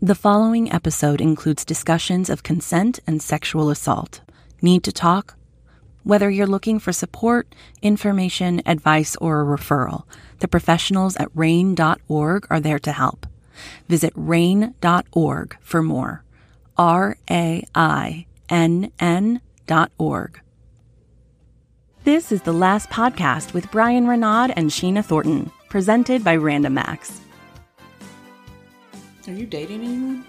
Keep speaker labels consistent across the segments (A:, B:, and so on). A: The following episode includes discussions of consent and sexual assault. Need to talk? Whether you're looking for support, information, advice, or a referral, the professionals at RAIN.org are there to help. Visit RAIN.org for more. R A I N N dot org. This is the last podcast with Brian Renaud and Sheena Thornton, presented by Random Acts.
B: Are you dating anyone?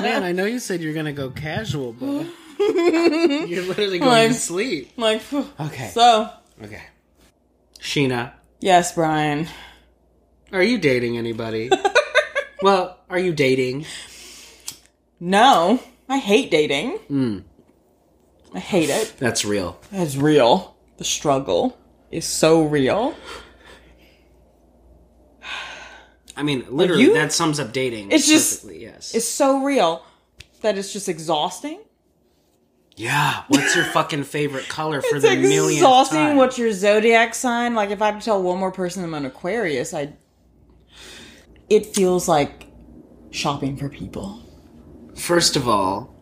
C: Man, I know you said you're gonna go casual, but you're literally going
B: Like-
C: to sleep.
B: I'm like, phew.
C: Okay.
B: So,
C: Okay. Sheena,
B: yes, Brian.
C: are you dating anybody? well, are you dating?
B: No, I hate dating. I hate it.
C: Hmm. That's real.
B: It's real. The struggle is so real.
C: I mean, literally,
B: you-
C: that sums up dating.
B: It's just-
C: perfectly, yes.
B: It's so real that it's just exhausting.
C: yeah. What's your fucking favorite color for
B: It's
C: the millionth
B: exhausting.
C: time?
B: What's your zodiac sign? Like, if I had to tell one more person I'm an Aquarius, I. It feels like shopping for people.
C: First of all,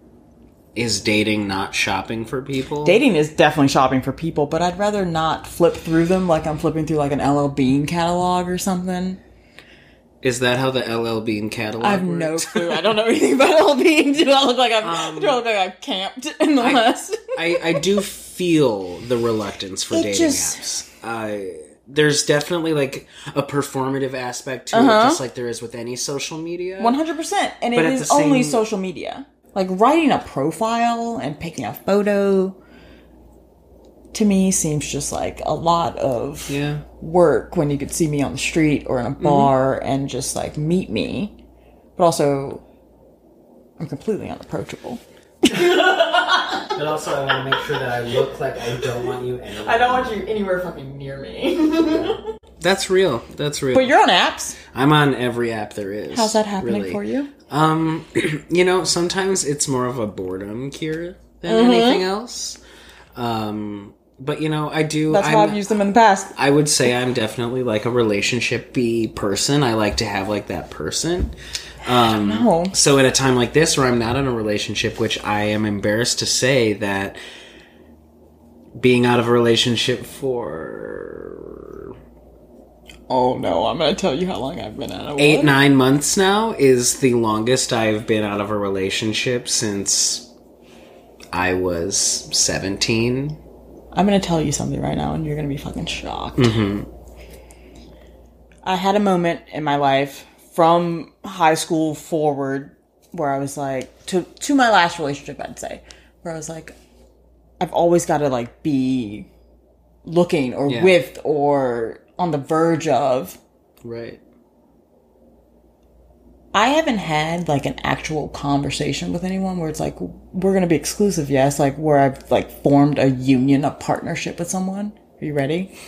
C: is dating not shopping for people?
B: Dating is definitely shopping for people, but I'd rather not flip through them like I'm flipping through like an LL Bean catalog or something.
C: is that how the LL Bean catalog?
B: I have no
C: works?
B: clue. I don't know anything about LL Bean. Do I look like I've, do I look like I've camped in the last?
C: Um, I, I do feel the reluctance for
B: It
C: dating
B: just-
C: apps. I there's definitely like a performative aspect to it, just like there is with any social media.
B: Uh-huh. One hundred percent, and
C: But
B: it
C: at
B: is
C: the same-
B: only social media. Like writing a profile and picking a photo, to me seems just like a lot of
C: yeah,
B: work when you could see me on the street or in
C: Mm-hmm.
B: a bar and just like meet me. But also, I'm completely unapproachable.
C: but also I want to make sure that I look like I don't want you. Anywhere.
B: don't want you anywhere fucking near me.
C: That's real. That's real.
B: but you're on apps.
C: I'm on every app there is.
B: How's that happening
C: really.
B: for you?
C: Um, you know, sometimes it's more of a boredom cure than
B: Mm-hmm.
C: anything else. Um, but you know, I do.
B: That's
C: I'm,
B: how I've used them in the past.
C: I would say I'm definitely like a relationship B person. I like to have like that person. Um,
B: No.
C: so at a time like this where I'm not in a relationship, which I am embarrassed to say that being out of a relationship for
B: Oh no, I'm gonna tell you how long I've been out of
C: eight,
B: one.
C: nine months now is the longest I've been out of a relationship since I was 17.
B: I'm gonna tell you something right now, and you're gonna be fucking shocked. Mm-hmm. I had a moment in my life from high school forward where I was like, to to my last relationship, I'd say, where I was like, I've always got to like be looking or
C: Yeah.
B: with or on the verge of.
C: Right.
B: I haven't had like an actual conversation with anyone where it's like we're gonna be exclusive, yes, like where I've like formed a union, a partnership with someone. Are you ready?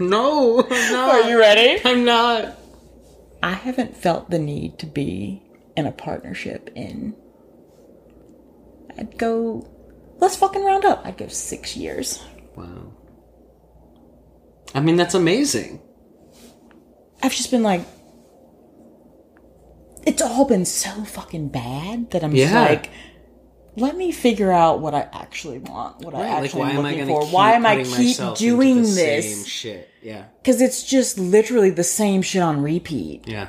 C: No, I'm not.
B: you ready?
C: I'm not.
B: I haven't felt the need to be in a partnership in. I'd go. Let's fucking round up. I'd go six years.
C: Wow. I mean, that's amazing.
B: I've just been like. It's all been so fucking bad that I'm just
C: Yeah.
B: like, let me figure out what I actually want, what I
C: Right, like,
B: actually
C: why
B: am
C: am I
B: looking
C: going to
B: for.
C: keep
B: why am I
C: putting
B: keep
C: myself into
B: doing
C: the Same
B: this?
C: shit. Yeah.
B: Because it's just literally the same shit on repeat.
C: Yeah.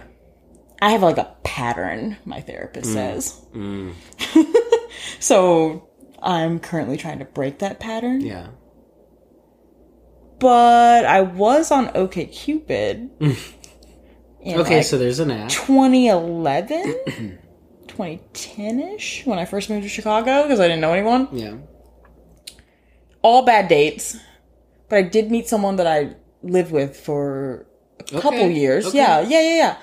B: I have like a pattern, my
C: Mm.
B: therapist says. so I'm currently trying to break that pattern.
C: Yeah.
B: But I was on OKCupid. in
C: Okay,
B: like
C: so there's an app.
B: 2011, 2010 ish, when I first moved to Chicago because I didn't know anyone.
C: Yeah.
B: All bad dates. But I did meet someone that I lived with for a couple
C: Okay,
B: years.
C: okay.
B: Yeah, yeah, yeah, yeah.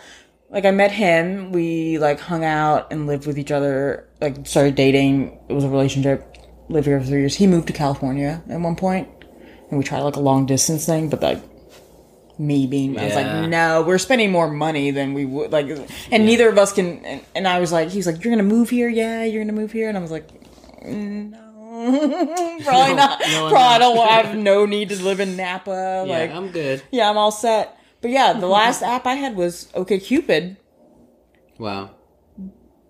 B: Like I met him, we like hung out and lived with each other, like started dating, it was a relationship, lived here for three years. He moved to California at one point and we tried like a long distance thing, but like me being I was
C: Yeah.
B: like, no, we're spending more money than we would like and neither of us can and, and I was like, he was like, You're gonna move here, yeah, you're gonna move here and I was like, No Probably not.
C: no, I'm
B: Probably I don't. I have no need to live in Napa.
C: Yeah,
B: like,
C: I'm good.
B: yeah, I'm all set. But yeah, the last app I had was OkCupid.
C: Wow.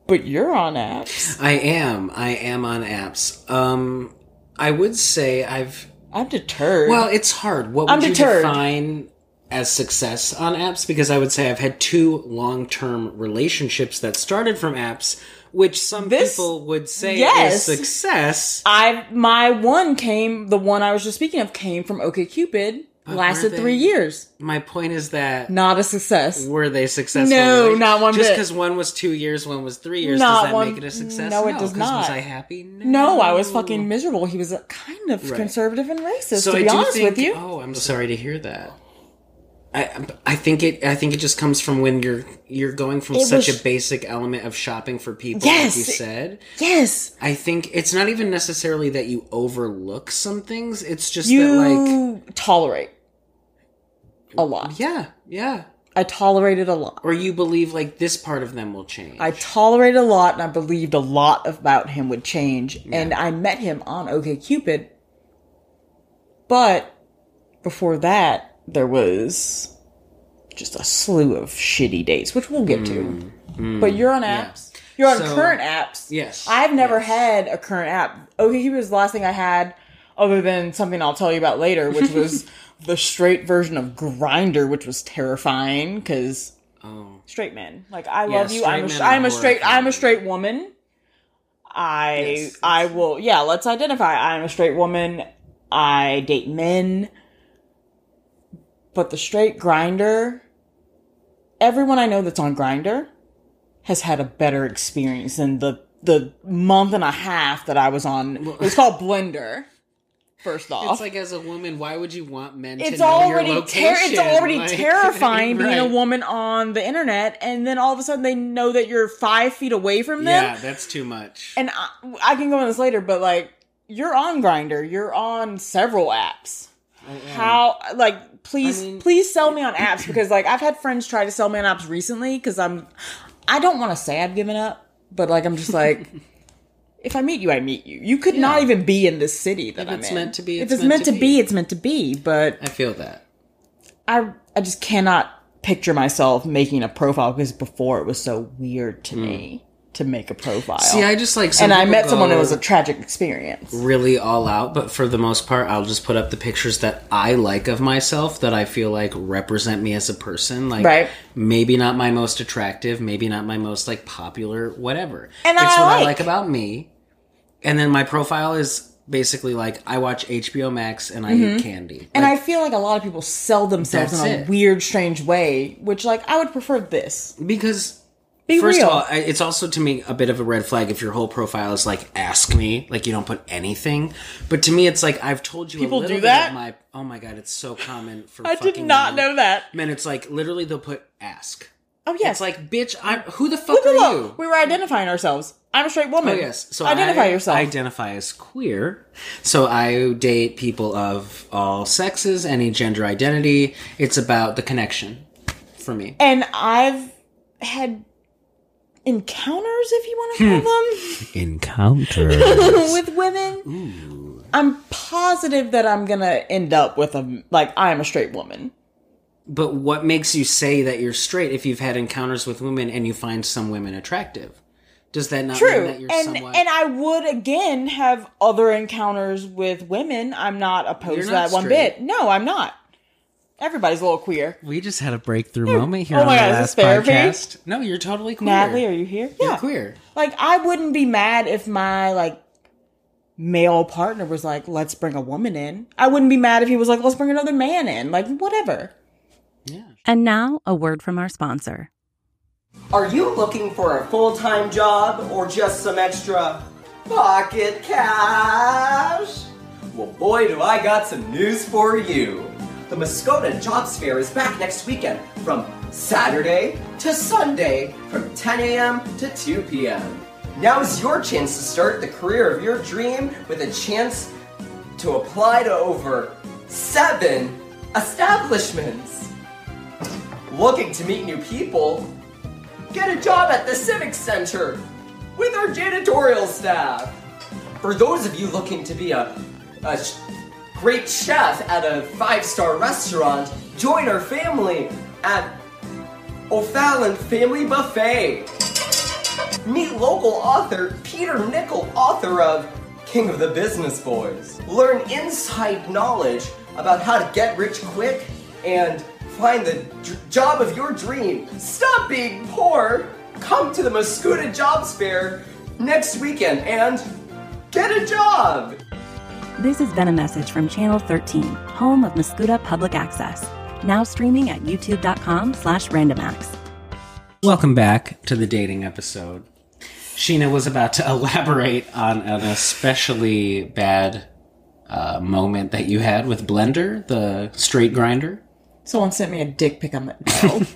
B: But you're on apps.
C: I am. I am on apps. Um, I would say I've.
B: I'm deterred.
C: Well, it's hard. What would
B: I'm
C: you
B: deterred.
C: define as success on apps? Because I would say I've had two long-term relationships that started from apps, which some
B: This-
C: people would say
B: yes.
C: is success.
B: I my one came the one I was just speaking of came from OkCupid. lasted
C: they-
B: three years.
C: My point is that
B: Not a success.
C: were they successful?
B: No,
C: Really?
B: not one
C: Just
B: bit.
C: because one was two years, one was three years,
B: Not
C: does that
B: one-
C: make it a success?
B: no, it
C: 'cause
B: does
C: Was
B: not.
C: I happy? No.
B: No, I was fucking miserable. He was uh, kind of
C: Right.
B: conservative and racist.
C: So
B: to
C: I
B: be
C: do
B: honest
C: think,
B: with you,
C: Oh, I'm sorry to hear that. I I think it I think it just comes from when you're you're going from
B: It
C: such
B: was-
C: a basic element of shopping for people,
B: Yes.
C: like you said.
B: yes,
C: I think it's not even necessarily that you overlook some things. It's just that like
B: you tolerate a lot.
C: yeah, yeah.
B: I tolerated a lot.
C: Or you believe like this part of them will change.
B: I tolerated a lot, and I believed a lot about him would change. And I met him on OkCupid, but before that, there was just a slew of shitty dates, which we'll get to. But you're on apps. You're on
C: Mm. So-
B: current apps.
C: yes,
B: I've never
C: yes.
B: had a current app. OkCupid was the last thing I had, other than something I'll tell you about later, which was the straight version of Grinder, which was terrifying because
C: oh.
B: straight men. Like I love you.
C: straight
B: I'm
C: men
B: a, sh-
C: are
B: I'm a straight I'm a
C: horrifying.
B: straight woman. I
C: Yes,
B: I will yeah, let's identify. I'm a straight woman. I date men. But the straight grinder everyone I know that's on grinder has had a better experience than the the month and a half that I was on. It was called Blender. First off,
C: It's like as a woman, why would you want men to
B: it's
C: know your
B: already ter-
C: location?
B: it's already
C: Like-
B: terrifying being a
C: Right.
B: woman on the internet, and then all of a sudden they know that you're five feet away from them.
C: Yeah, that's too much.
B: And I, I can go on this later, but like you're on Grinder, you're on several apps. How like please
C: I mean-
B: please sell me on apps because like I've had friends try to sell me on apps recently because I'm I don't want to say I've given up, but like I'm just like. If I meet you, I meet you. You could not even be in this city that I'm
C: it's
B: in.
C: meant to be,
B: if
C: it's
B: it's
C: meant
B: meant
C: to be.
B: to be, it's meant to be. But
C: I feel that.
B: I I just cannot picture myself making a profile because before it was so weird to me to make a profile.
C: Hmm. See, I just like some
B: and I
C: people
B: met someone
C: go
B: it was a tragic experience.
C: really all out, but for the most part, I'll just put up the pictures that I like of myself that I feel like represent me as a person. Like
B: Right.
C: maybe not my most attractive, maybe not my most like popular, whatever.
B: And
C: it's
B: I
C: what I
B: like.
C: like about me. And then my profile is basically like I watch HBO Max and I eat candy.
B: Mm-hmm. And
C: Like,
B: I feel like a lot of people sell themselves in
C: That's
B: a
C: it.
B: weird, strange way, which like I would prefer this.
C: because
B: Be
C: First
B: real.
C: of all, I- it's also to me a bit of a red flag if your whole profile is like "ask me," like you don't put anything. But to me, it's like I've told you
B: People
C: a
B: do
C: little bit
B: that?
C: of my. Oh my god, it's so common for.
B: I did
C: fucking
B: not
C: men.
B: know that.
C: Man, it's like literally they'll put "ask."
B: Oh yes,
C: It's like, bitch, I'm who the fuck
B: Look,
C: are
B: look,
C: you?
B: we were identifying ourselves. I'm a straight woman.
C: Oh, yes, so I
B: identify yourself.
C: Identify as queer, so I date people of all sexes, any gender identity. It's about the connection for me.
B: and I've had encounters, if you want to call
C: Hmm.
B: them.
C: Encounter.
B: with women. I'm positive that I'm gonna end up with a like I'm a straight woman.
C: But what makes you say that you're straight if you've had encounters with women and you find some women attractive? Does that not mean
B: True,
C: that you're
B: and
C: somewhat?
B: and I would again have other encounters with women. I'm not opposed
C: You're
B: to
C: not
B: that one
C: straight.
B: bit. No, I'm not. Everybody's a little queer.
C: we just had a breakthrough moment here
B: Oh my God, is this therapy?
C: No, you're totally queer.
B: Natalie, are you here?
C: You're
B: yeah,
C: queer.
B: like I wouldn't be mad if my like male partner was like, "Let's bring a woman in." I wouldn't be mad if he was like, "Let's bring another man in." Like whatever.
C: Yeah.
A: And now, a word from our sponsor.
D: Are you looking for a full time job or just some extra pocket cash? Well, boy, do I got some news for you. The Muskota Jobs Fair is back next weekend from Saturday to Sunday from 10 a.m. to 2 p.m. Now's your chance to start the career of your dream with a chance to apply to over seven establishments. Looking to meet new people Get a job at the Civic Center with our janitorial staff. For those of you looking to be a, a sh- great chef at a five star restaurant, join our family at O'Fallon Family Buffet. Meet local author Peter Nickel, author of King of the Business Boys. Learn inside knowledge about how to get rich quick and find the dr- job of your dream. Stop being poor. Come to the Mascuda Jobs Fair next weekend and get a job.
A: This has been a message from Channel 13, home of Mascuda Public Access, now streaming at youtube.com slash randomax.
C: Welcome back to the dating episode. Sheena was about to elaborate on an especially bad uh, moment that you had with Blender, the straight grinder.
B: Someone sent me a dick pic. I'm like, no. I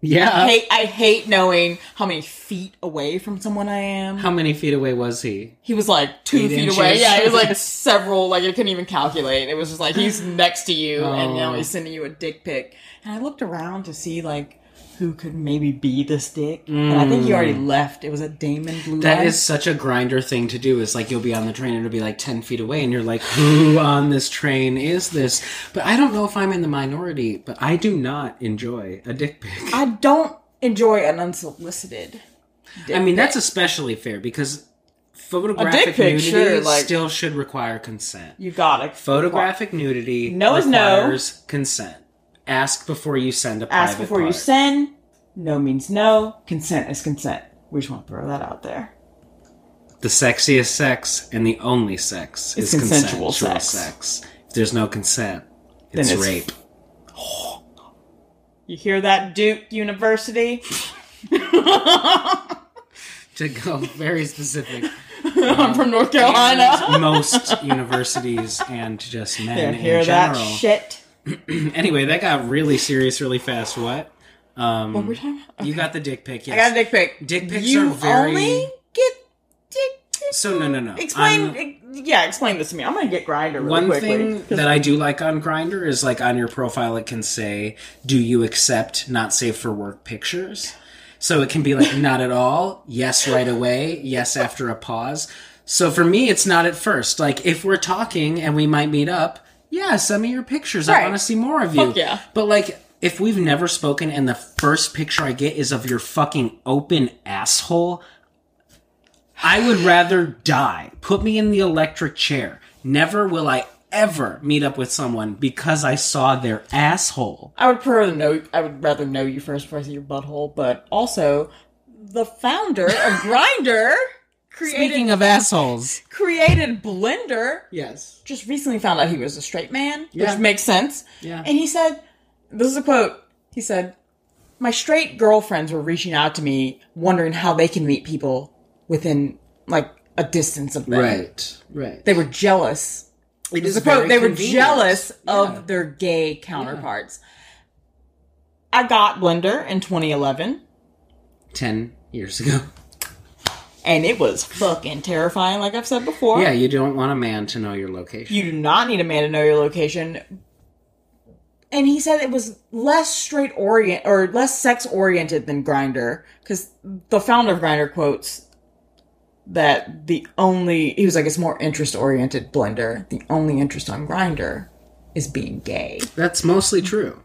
C: Yeah.
B: hate, I hate knowing how many feet away from someone I am.
C: How many feet away was he?
B: He was like two
C: Eight
B: feet
C: inches.
B: away. Yeah, he was like several. Like I couldn't even calculate. It was just like he's next to you, and now
C: Oh.
B: he's sending you a dick pic. And I looked around to see like who could maybe be this dick. And I think he already left. It was a Damon Blue.
C: Mm. That
B: Eyes.
C: is such a grinder thing to do. Is like you'll be on the train and it'll be like 10 feet away, and you're like, who on this train is this? But I don't know if I'm in the minority, but I do not enjoy a dick pic.
B: I don't enjoy an unsolicited.
C: I mean, that's especially fair because
B: A
C: photographic
B: dick pic,
C: nudity
B: sure, like-
C: still should require consent.
B: You got it.
C: Photographic nudity
B: No is no.
C: requires consent. Ask before you send a
B: Ask
C: private
B: before you
C: part.
B: send. No means no. Consent is consent. We just want to throw that out there.
C: The sexiest sex and the only sex
B: It's
C: is
B: consensual
C: consensual sex.
B: sex.
C: If there's no consent,
B: Then
C: it's,
B: it's-
C: rape.
B: You hear that, Duke University?
C: To go very specific,
B: I'm from North Carolina.
C: most universities and just men
B: hear
C: in
B: that
C: general.
B: shit?
C: Anyway, that got really serious really fast. What? Um,
B: We're talking about-
C: You got the dick pic. Yes.
B: I got a dick pic.
C: Dick pics
B: you
C: are very-
B: only get dick pics.
C: So no, no, no.
B: Explain.
C: I'm-
B: yeah, explain this to me. I'm gonna get grinder really
C: one
B: quickly.
C: thing that I do like on Grinder is like on your profile it can say, "Do you accept not safe for work pictures?" So it can be like, "Not at all," "Yes right away," "Yes after a pause." So for me, it's not at first. Like if we're talking and we might meet up, yeah, send me your pictures. I
B: Right.
C: want to see more of you.
B: Fuck yeah.
C: But like. If we've never spoken and the first picture I get is of your fucking open asshole, I would rather die. Put me in the electric chair. Never will I ever meet up with someone because I saw their asshole.
B: I would prefer know. I would rather know you first before I see your butthole. But also, the founder of Grinder created
C: Speaking of assholes.
B: created Blender.
C: Yes.
B: just recently found out he was a straight man,
C: Yeah.
B: which makes sense.
C: Yeah.
B: And he said, this is a quote. He said, My straight girlfriends were reaching out to me wondering how they can meet people within like a distance of them.
C: Right. Right.
B: They were jealous.
C: It
B: This is a quote. They were jealous of their gay counterparts. I got Blender in 2011
C: 10 years ago.
B: and it was fucking terrifying like I've said before.
C: Yeah, you don't want a man to know your location.
B: you do not need a man to know your location. And he said it was less straight orient or less sex oriented than Grinder because the founder of Grinder quotes that the only he was like it's more interest oriented Blender. The only interest on Grinder is being gay,
C: That's mostly true.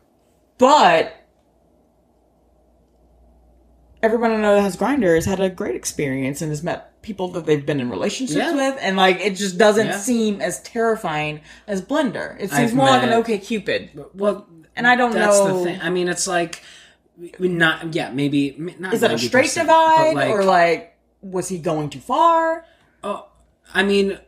B: but everyone I know that has Grinder has had a great experience and has met people that they've been in relationships
C: Yeah.
B: with, and like it just doesn't
C: Yeah.
B: seem as terrifying as Blender. It seems
C: I've
B: more like an
C: met-
B: OK Cupid.
C: Well,
B: And I don't
C: that's
B: know-
C: the thing. I mean, it's like not yeah, maybe not
B: Is that a
C: 90%,
B: straight
C: but
B: divide, or like was he going too far?
C: I mean,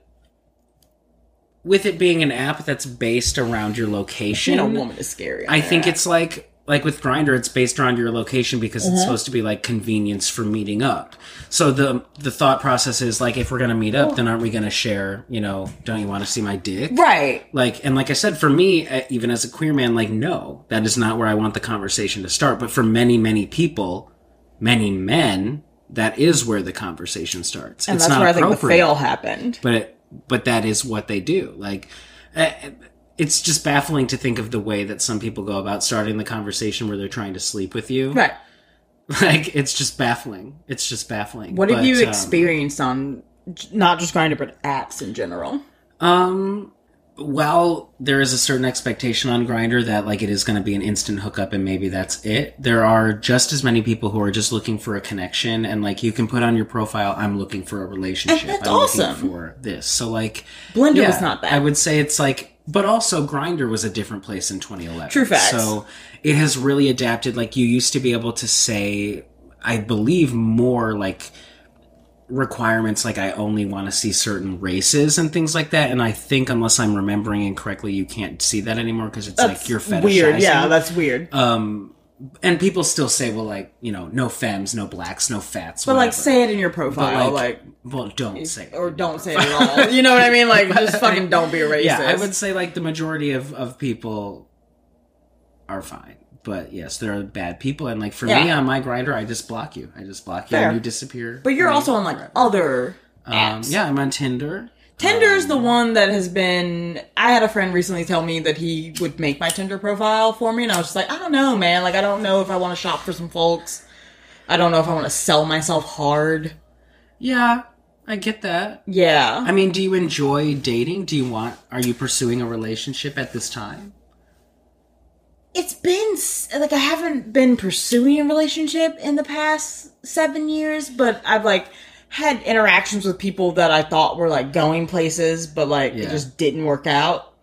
C: with it being an app that's based around your location,
B: You know, woman is scary.
C: I think it's like like with Grinder, it's based around your location because
B: Mm-hmm.
C: it's supposed to be like convenience for meeting up. So the the thought process is like, if we're gonna meet
B: Oh.
C: up, then aren't we gonna share? You know, don't you want to see my dick?
B: right.
C: Like and like I said, for me, uh, even as a queer man, like no, that is not where I want the conversation to start. But for many many people, many men, that is where the conversation starts.
B: And
C: it's
B: that's
C: not
B: where I think the
C: appropriate
B: fail happened.
C: but it, but that is what they do. Like, uh, it's just baffling to think of the way that some people go about starting the conversation where they're trying to sleep with you.
B: Right.
C: Like, it's just baffling. It's just baffling.
B: What have
C: But,
B: you
C: um,
B: experienced on J- Not just Grinder, but apps in general.
C: Um, while there is a certain expectation on Grinder that like it is going to be an instant hookup and maybe that's it, there are just as many people who are just looking for a connection and like you can put on your profile, I'm looking for a relationship.
B: And that's
C: I'm looking
B: awesome.
C: for this. So like
B: Blender was not that.
C: I would say it's like, but also Grinder was a different place in 2011.
B: True facts.
C: So it has really adapted. Like you used to be able to say, I believe more like requirements like I only want to see certain races and things like that. And I think unless I'm remembering incorrectly, you can't see that anymore because it's like you're fetishizing.
B: weird. Yeah, that's weird.
C: and people still say, well, like you know, no femmes, no blacks, no fats.
B: but like, say it in your profile, like,
C: well, don't say. it.
B: or don't say it at all. You know what I mean? Like, just fucking don't be a racist.
C: yeah, I would say like the majority of of people are fine. But yes, there are bad people, and like for me
B: Yeah.
C: on my grinder, I just block you. I just block you,
B: Fair.
C: and you disappear.
B: But you're also on like other
C: um,
B: apps.
C: yeah, I'm on Tinder.
B: Tinder is the one that has been. I had a friend recently tell me that he would make my Tinder profile for me, and I was just like, I don't know, man. Like, I don't know if I want to shop for some folks. I don't know if I want to sell myself hard.
C: Yeah, I get that.
B: Yeah.
C: I mean, do you enjoy dating? Do you want? Are you pursuing a relationship at this time?
B: It's been. s- Like, I haven't been pursuing a relationship in the past seven years, but I've, like, had interactions with people that I thought were, like, going places, but, like,
C: Yeah. Hmm.
B: it just didn't work out.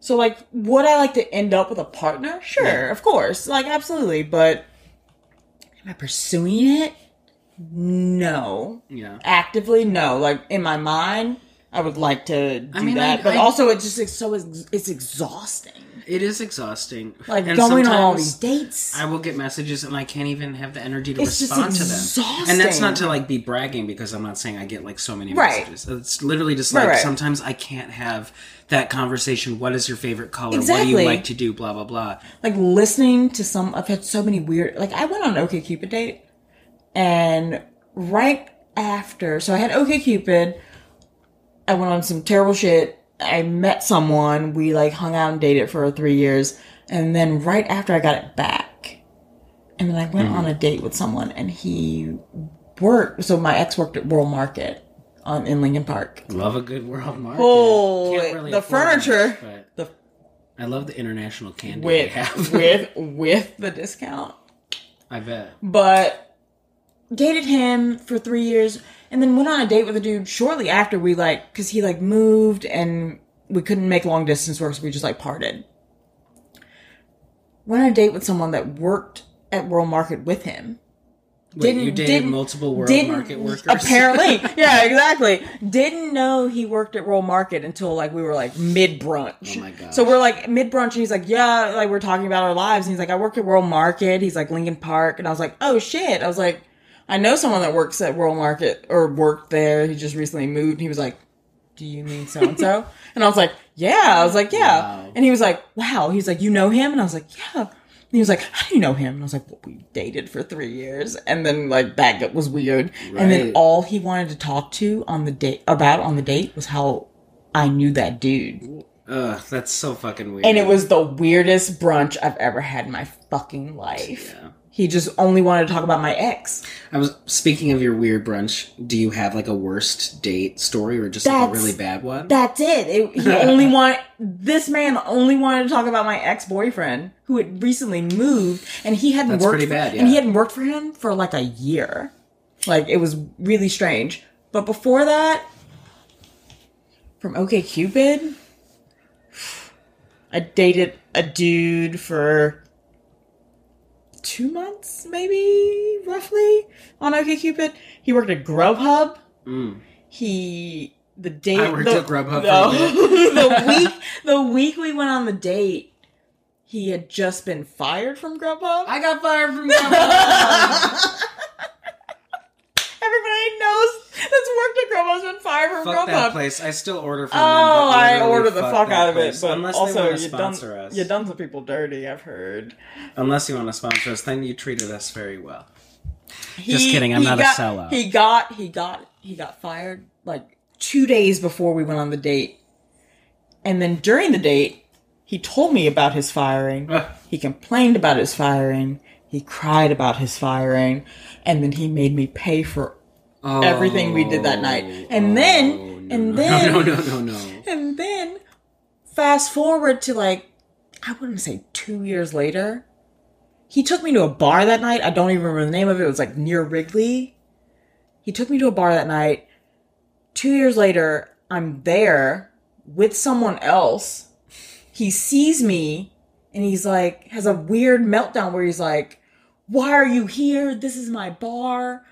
B: So, like, would I like to end up with a partner? Sure, of course. Like, absolutely. But am I pursuing it? No.
C: Yeah.
B: Actively, no. Like, in my mind, I would like to do
C: I mean,
B: that.
C: I-
B: but
C: I-
B: also, it's just it's so ex- it's exhausting.
C: It is exhausting.
B: Like,
C: And
B: going on all
C: sometimes
B: these dates.
C: I will get messages and I can't even have the energy to
B: It's just
C: respond to them. And that's
B: exhausting.
C: not to like be bragging because I'm not saying I get like so many
B: Right.
C: messages. It's literally just like
B: Right, right.
C: sometimes I can't have that conversation. What is your favorite color? What do
B: Exactly.
C: you like to do? Blah blah blah.
B: like listening to some i've had so many weird like i went on okay cupid date and right after so i had okay cupid i went on some terrible shit i met someone we like hung out and dated for three years and then right after i got it back and then i went on a date with someone and he worked so my ex worked at world market on, in lincoln park
C: Love a good world market.
B: Oh,
C: Can't really
B: the
C: afford much,
B: furniture.
C: but
B: the
C: I love the international candy they
B: with
C: have.
B: with with the discount
C: I bet.
B: but dated him for three years and then went on a date with a dude shortly after we like because he like moved and we couldn't make long distance work so we just like parted went on a date with someone that worked at world market with him
C: Wait,
B: Didn't-
C: you dated
B: didn't-
C: multiple world
B: didn't-
C: market workers.
B: apparently yeah exactly didn't know he worked at Roll Market until like we were like mid brunch
C: Oh my gosh.
B: so we're like mid brunch and he's like yeah like we're talking about our lives and he's like I work at World Market he's like Lincoln Park and I was like oh shit I was like I know someone that works at World Market or worked there he just recently moved and he was like do you mean so and so and I was like yeah I was like yeah
C: Wow.
B: and he was like wow he's like you know him and I was like yeah and he was like, "How do you know him?" And I was like, "Well, we dated for three years, and then like that was weird." And then
C: Right.
B: all he wanted to talk to on the date about on the date was how I knew that dude,
C: Ugh, that's so fucking weird.
B: and it was the weirdest brunch I've ever had in my fucking life.
C: Yeah.
B: He just only wanted to talk about my ex.
C: I was speaking of your weird brunch. Do you have like a worst date story or just like a
B: That's-
C: really bad one?
B: That's it. it he only want this man only wanted to talk about my ex boyfriend who had recently moved, and he hadn't
C: That's
B: worked
C: pretty bad,
B: for, and
C: yeah.
B: he hadn't worked for him for like a year. Like it was really strange. But before that, from OK Cupid, I dated a dude for two months, maybe roughly on OK Cupid. He worked at Grubhub. He the date
C: Mm. I worked
B: the,
C: at Grubhub for a
B: the week the week we went on the date, he had just been fired from Grubhub.
C: I got fired from Grubhub.
B: Everybody knows that's worked at Grubhub's been fired from
C: fuck that
B: Grubhub.
C: place. I still order from them.
B: Oh,
C: but
B: I
C: literally
B: order the fuck,
C: that
B: out of it.
C: place.
B: But
C: unless they
B: also,
C: want to
B: you done
C: sponsor us,
B: you done some people dirty. I've heard.
C: unless you want to sponsor us, then you treated us very well. Just kidding, I'm
B: he
C: not a
B: got-
C: sellout.
B: He got he got he got fired like two days before we went on the date, and then during the date, he told me about his firing.
C: Ugh.
B: he complained about his firing. He cried about his firing, and then he made me pay for everything we did that night. And then, and then,
C: Oh. No, no, no, no.
B: and then, fast forward to like, I wouldn't say two years later. He took me to a bar that night. I don't even remember the name of it. It was like near Wrigley. He took me to a bar that night. Two years later, I'm there with someone else. He sees me and he's like, has a weird meltdown where he's like, Why are you here? This is my bar.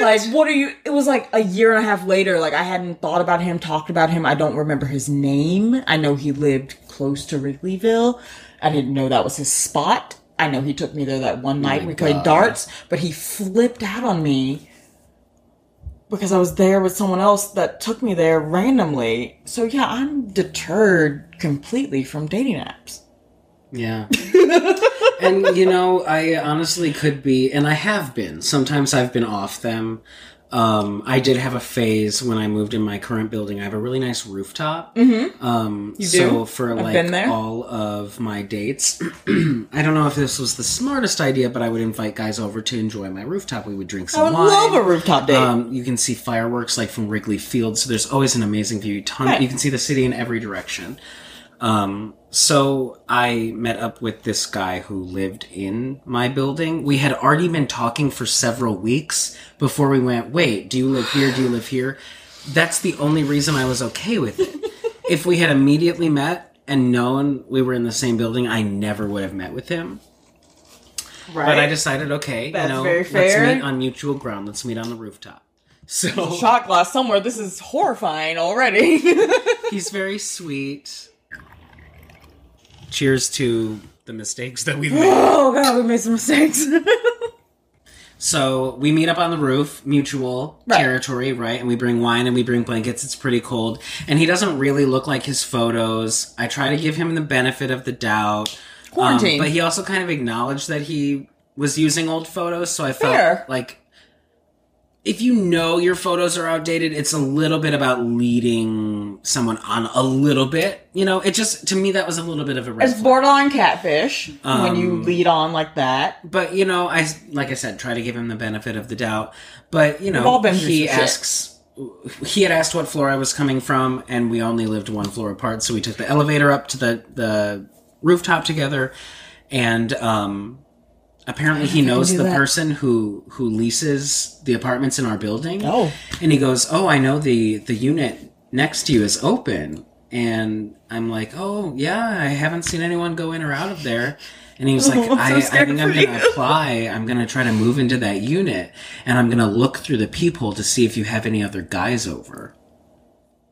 B: Like, what are you? It was like a year and a half later. Like, I hadn't thought about him, talked about him. I don't remember his name. I know he lived close to Wrigleyville. I didn't know that was his spot. I know he took me there that
C: Oh
B: one night. we played darts, but he flipped out on me because I was there with someone else that took me there randomly. So, yeah, I'm deterred completely from dating apps.
C: Yeah. and you know, I honestly could be and I have been. Sometimes I've been off them. Um, I did have a phase when I moved in my current building. I have a really nice rooftop. Mm-hmm. Um, you so
B: do?
C: for
B: I've
C: like
B: been there.
C: all of my dates, I don't know if this was the smartest idea, but I would invite guys over to enjoy my rooftop. We would drink some
B: I would
C: wine.
B: love a rooftop date.
C: Um, you can see fireworks like from Wrigley Field, so there's always an amazing view. Ton,
B: Right.
C: You can see the city in every direction. Um, so I met up with this guy who lived in my building. We had already been talking for several weeks before we went. Wait, do you live here? Do you live here? That's the only reason I was okay with it. if we had immediately met and known we were in the same building, I never would have met with him.
B: right.
C: But I decided, okay,
B: That's
C: you know,
B: very fair.
C: let's meet on mutual ground. Let's meet on the rooftop. So
B: shot glass somewhere. This is horrifying already.
C: he's very sweet. Cheers to the mistakes that we've made.
B: oh god, we made some mistakes.
C: So we meet up on the roof, mutual
B: Right.
C: territory, right? And we bring wine and we bring blankets. It's pretty cold. And he doesn't really look like his photos. I try to give him the benefit of the doubt. Um,
B: Quarantine.
C: but he also kind of acknowledged that he was using old photos. So I felt
B: Fair.
C: like if you know your photos are outdated, it's a little bit about leading someone on a little bit. You know, it just, to me, that was a little bit of a red
B: it's
C: flag.
B: borderline catfish when you
C: Um,
B: lead on like that.
C: but you know, I like I said, try to give him the benefit of the doubt. But you know,
B: all been through
C: he
B: some shit.
C: asks. He had asked what floor I was coming from, and we only lived one floor apart, so we took the elevator up to the the rooftop together, and um, apparently he knows
B: do
C: the
B: that.
C: person who who leases the apartments in our building.
B: Oh.
C: and he goes, "Oh, I know the the unit next to you is open." And I'm like, "Oh yeah, I haven't seen anyone go in or out of there." And he was like,
B: I'm so
C: I, I
B: scared
C: think I'm
B: for you."
C: gonna apply. I'm gonna try to move into that unit, and I'm gonna look through the peephole to see if you have any other guys over."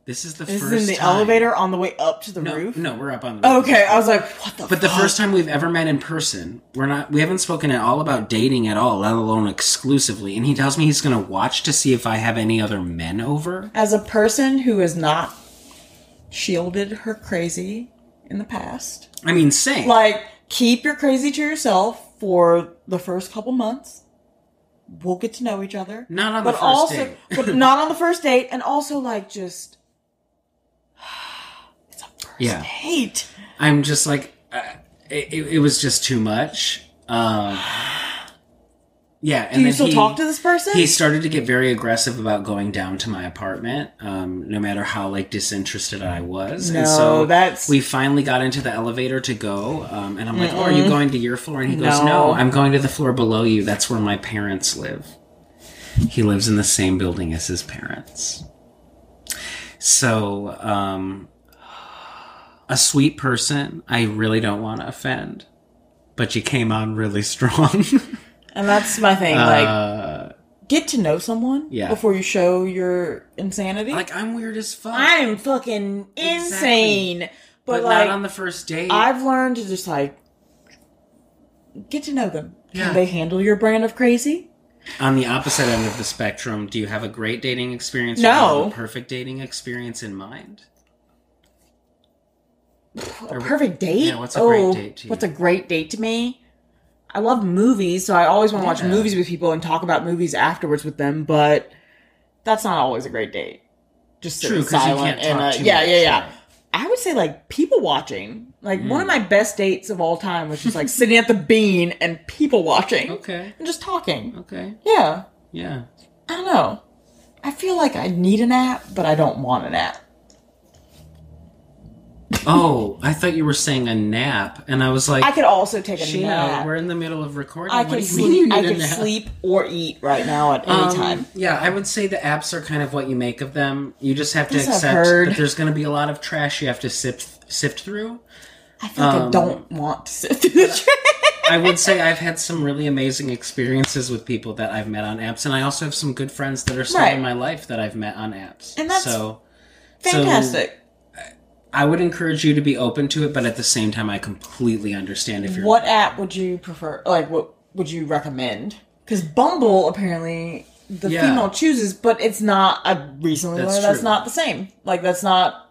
C: This is the
B: This
C: first
B: is in the
C: time-
B: elevator on the way up to the
C: No,
B: roof.
C: no, we're up on the roof.
B: Okay, I was like, what the?
C: But the
B: fuck?
C: first time we've ever met in person, we're not we haven't spoken at all about dating at all, let alone exclusively. And he tells me he's gonna watch to see if I have any other men over.
B: as a person who has not shielded her crazy in the past,
C: I mean, same.
B: like keep your crazy to yourself for the first couple months. We'll get to know each other.
C: Not on the
B: but
C: first
B: also,
C: date.
B: but not on the first date, and also like just it's a first
C: Yeah.
B: date.
C: I'm just like, uh, it, it it was just too much. Um, yeah. And
B: Do you
C: then
B: still
C: he-
B: talk to this person?
C: He started to get very aggressive about going down to my apartment, um, no matter how like disinterested I was. and
B: No,
C: so
B: that's-
C: we finally got into the elevator to go, um, and I'm like, "Oh, are you going to your floor?" And he goes,
B: No.
C: "No, I'm going to the floor below you. That's where my parents live. He lives in the same building as his parents." So, um, a sweet person. I really don't want to offend, but you came on really strong.
B: and that's my thing. Like, get to know someone
C: yeah.
B: before you show your insanity.
C: like I'm weird as fuck.
B: I'm fucking insane, but,
C: but
B: like,
C: not on the first date.
B: I've learned to just like get to know them.
C: Yeah.
B: Can they handle your brand of crazy?
C: on the opposite end of the spectrum, do you have a great dating experience? or
B: No.
C: do you have a perfect dating experience in mind.
B: A perfect date. Oh,
C: yeah, what's a great date to you?
B: What's a great date to me? I love movies, so I always want to watch movies with people and talk about movies afterwards with them. But that's not always a great date. Just
C: True,
B: true,
C: 'cause you can't
B: silent
C: talk
B: and uh,
C: too
B: yeah,
C: much,
B: yeah, yeah,
C: right. Mm.
B: I would say like people watching. Like one of my best dates of all time was just like sitting at the bean and people watching
C: Okay.
B: and just talking.
C: Okay.
B: Yeah,
C: Yeah.
B: I don't know. I feel like I need an app, but I don't want an app.
C: Oh, I thought you were saying a nap, and I was like,
B: I could also take a
C: Sheena,
B: nap.
C: we're in the middle of recording.
B: I
C: what
B: could
C: do you mean you
B: sleep. I
C: need a
B: could
C: nap?
B: sleep or eat right now at any
C: Um,
B: time.
C: Yeah, I would say the apps are kind of what you make of them. You just have to
B: That's what I've
C: accept
B: heard.
C: that there's going to be a lot of trash you have to sift sift through.
B: I feel like I
C: um,
B: don't want to sit through the train.
C: I would say I've had some really amazing experiences with people that I've met on apps, and I also have some good friends that are still
B: Right.
C: in my life that I've met on apps.
B: And that's
C: so
B: Fantastic.
C: I would encourage you to be open to it, but at the same time, I completely understand if you're
B: what app would you prefer? Like, what would you recommend? Because Bumble apparently the
C: Yeah.
B: female chooses, but it's not. I recently
C: That's
B: learned that's
C: true.
B: not the same. Like, that's not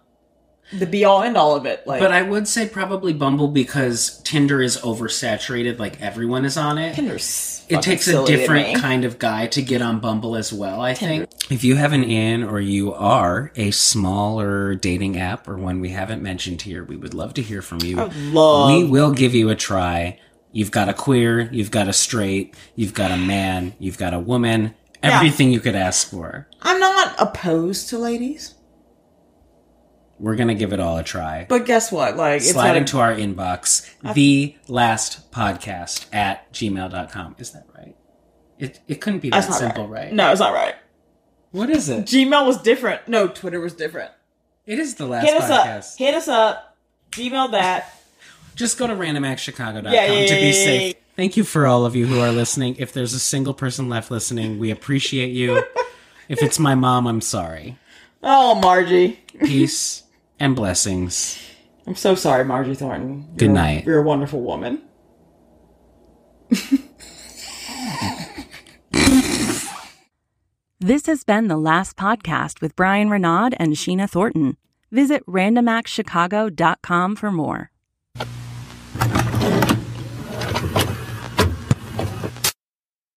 B: the be all end all of it. Like,
C: But I would say probably Bumble because Tinder is oversaturated. Like everyone is on it.
B: Tinder's
C: it
B: fucking
C: takes a
B: silly to me.
C: different kind of guy to get on Bumble as well, I think. If you have an in or you are a smaller dating app or one we haven't mentioned here, we would love to hear from you.
B: love-
C: we will give you a try. You've got a queer, you've got a straight, you've got a man, you've got a woman, everything you could ask for.
B: I'm not opposed to ladies,
C: We're going to give it all a try.
B: but guess what? Like, it's
C: Slide
B: not a-
C: into our inbox, the last podcast at gmail.com. Is that right? It, it couldn't be that
B: that's not
C: simple,
B: right.
C: right?
B: No, it's not right.
C: What is it?
B: Gmail was different. No, Twitter was different.
C: It is the last
B: Hit us
C: podcast.
B: up. Hit us up. Gmail that.
C: Just go to randomactchicago.com
B: Yeah, yeah,
C: to
B: yeah, yeah,
C: be
B: yeah.
C: safe. Thank you for all of you who are listening. If there's a single person left listening, we appreciate you. if it's my mom, I'm sorry.
B: Oh, Margie.
C: Peace and blessings.
B: I'm so sorry, Margie Thornton.
C: Good
B: You're-
C: night.
B: You're a wonderful woman.
A: This has been the last podcast with Brian Renaud and Sheena Thornton. Visit randomactchicago.com for more.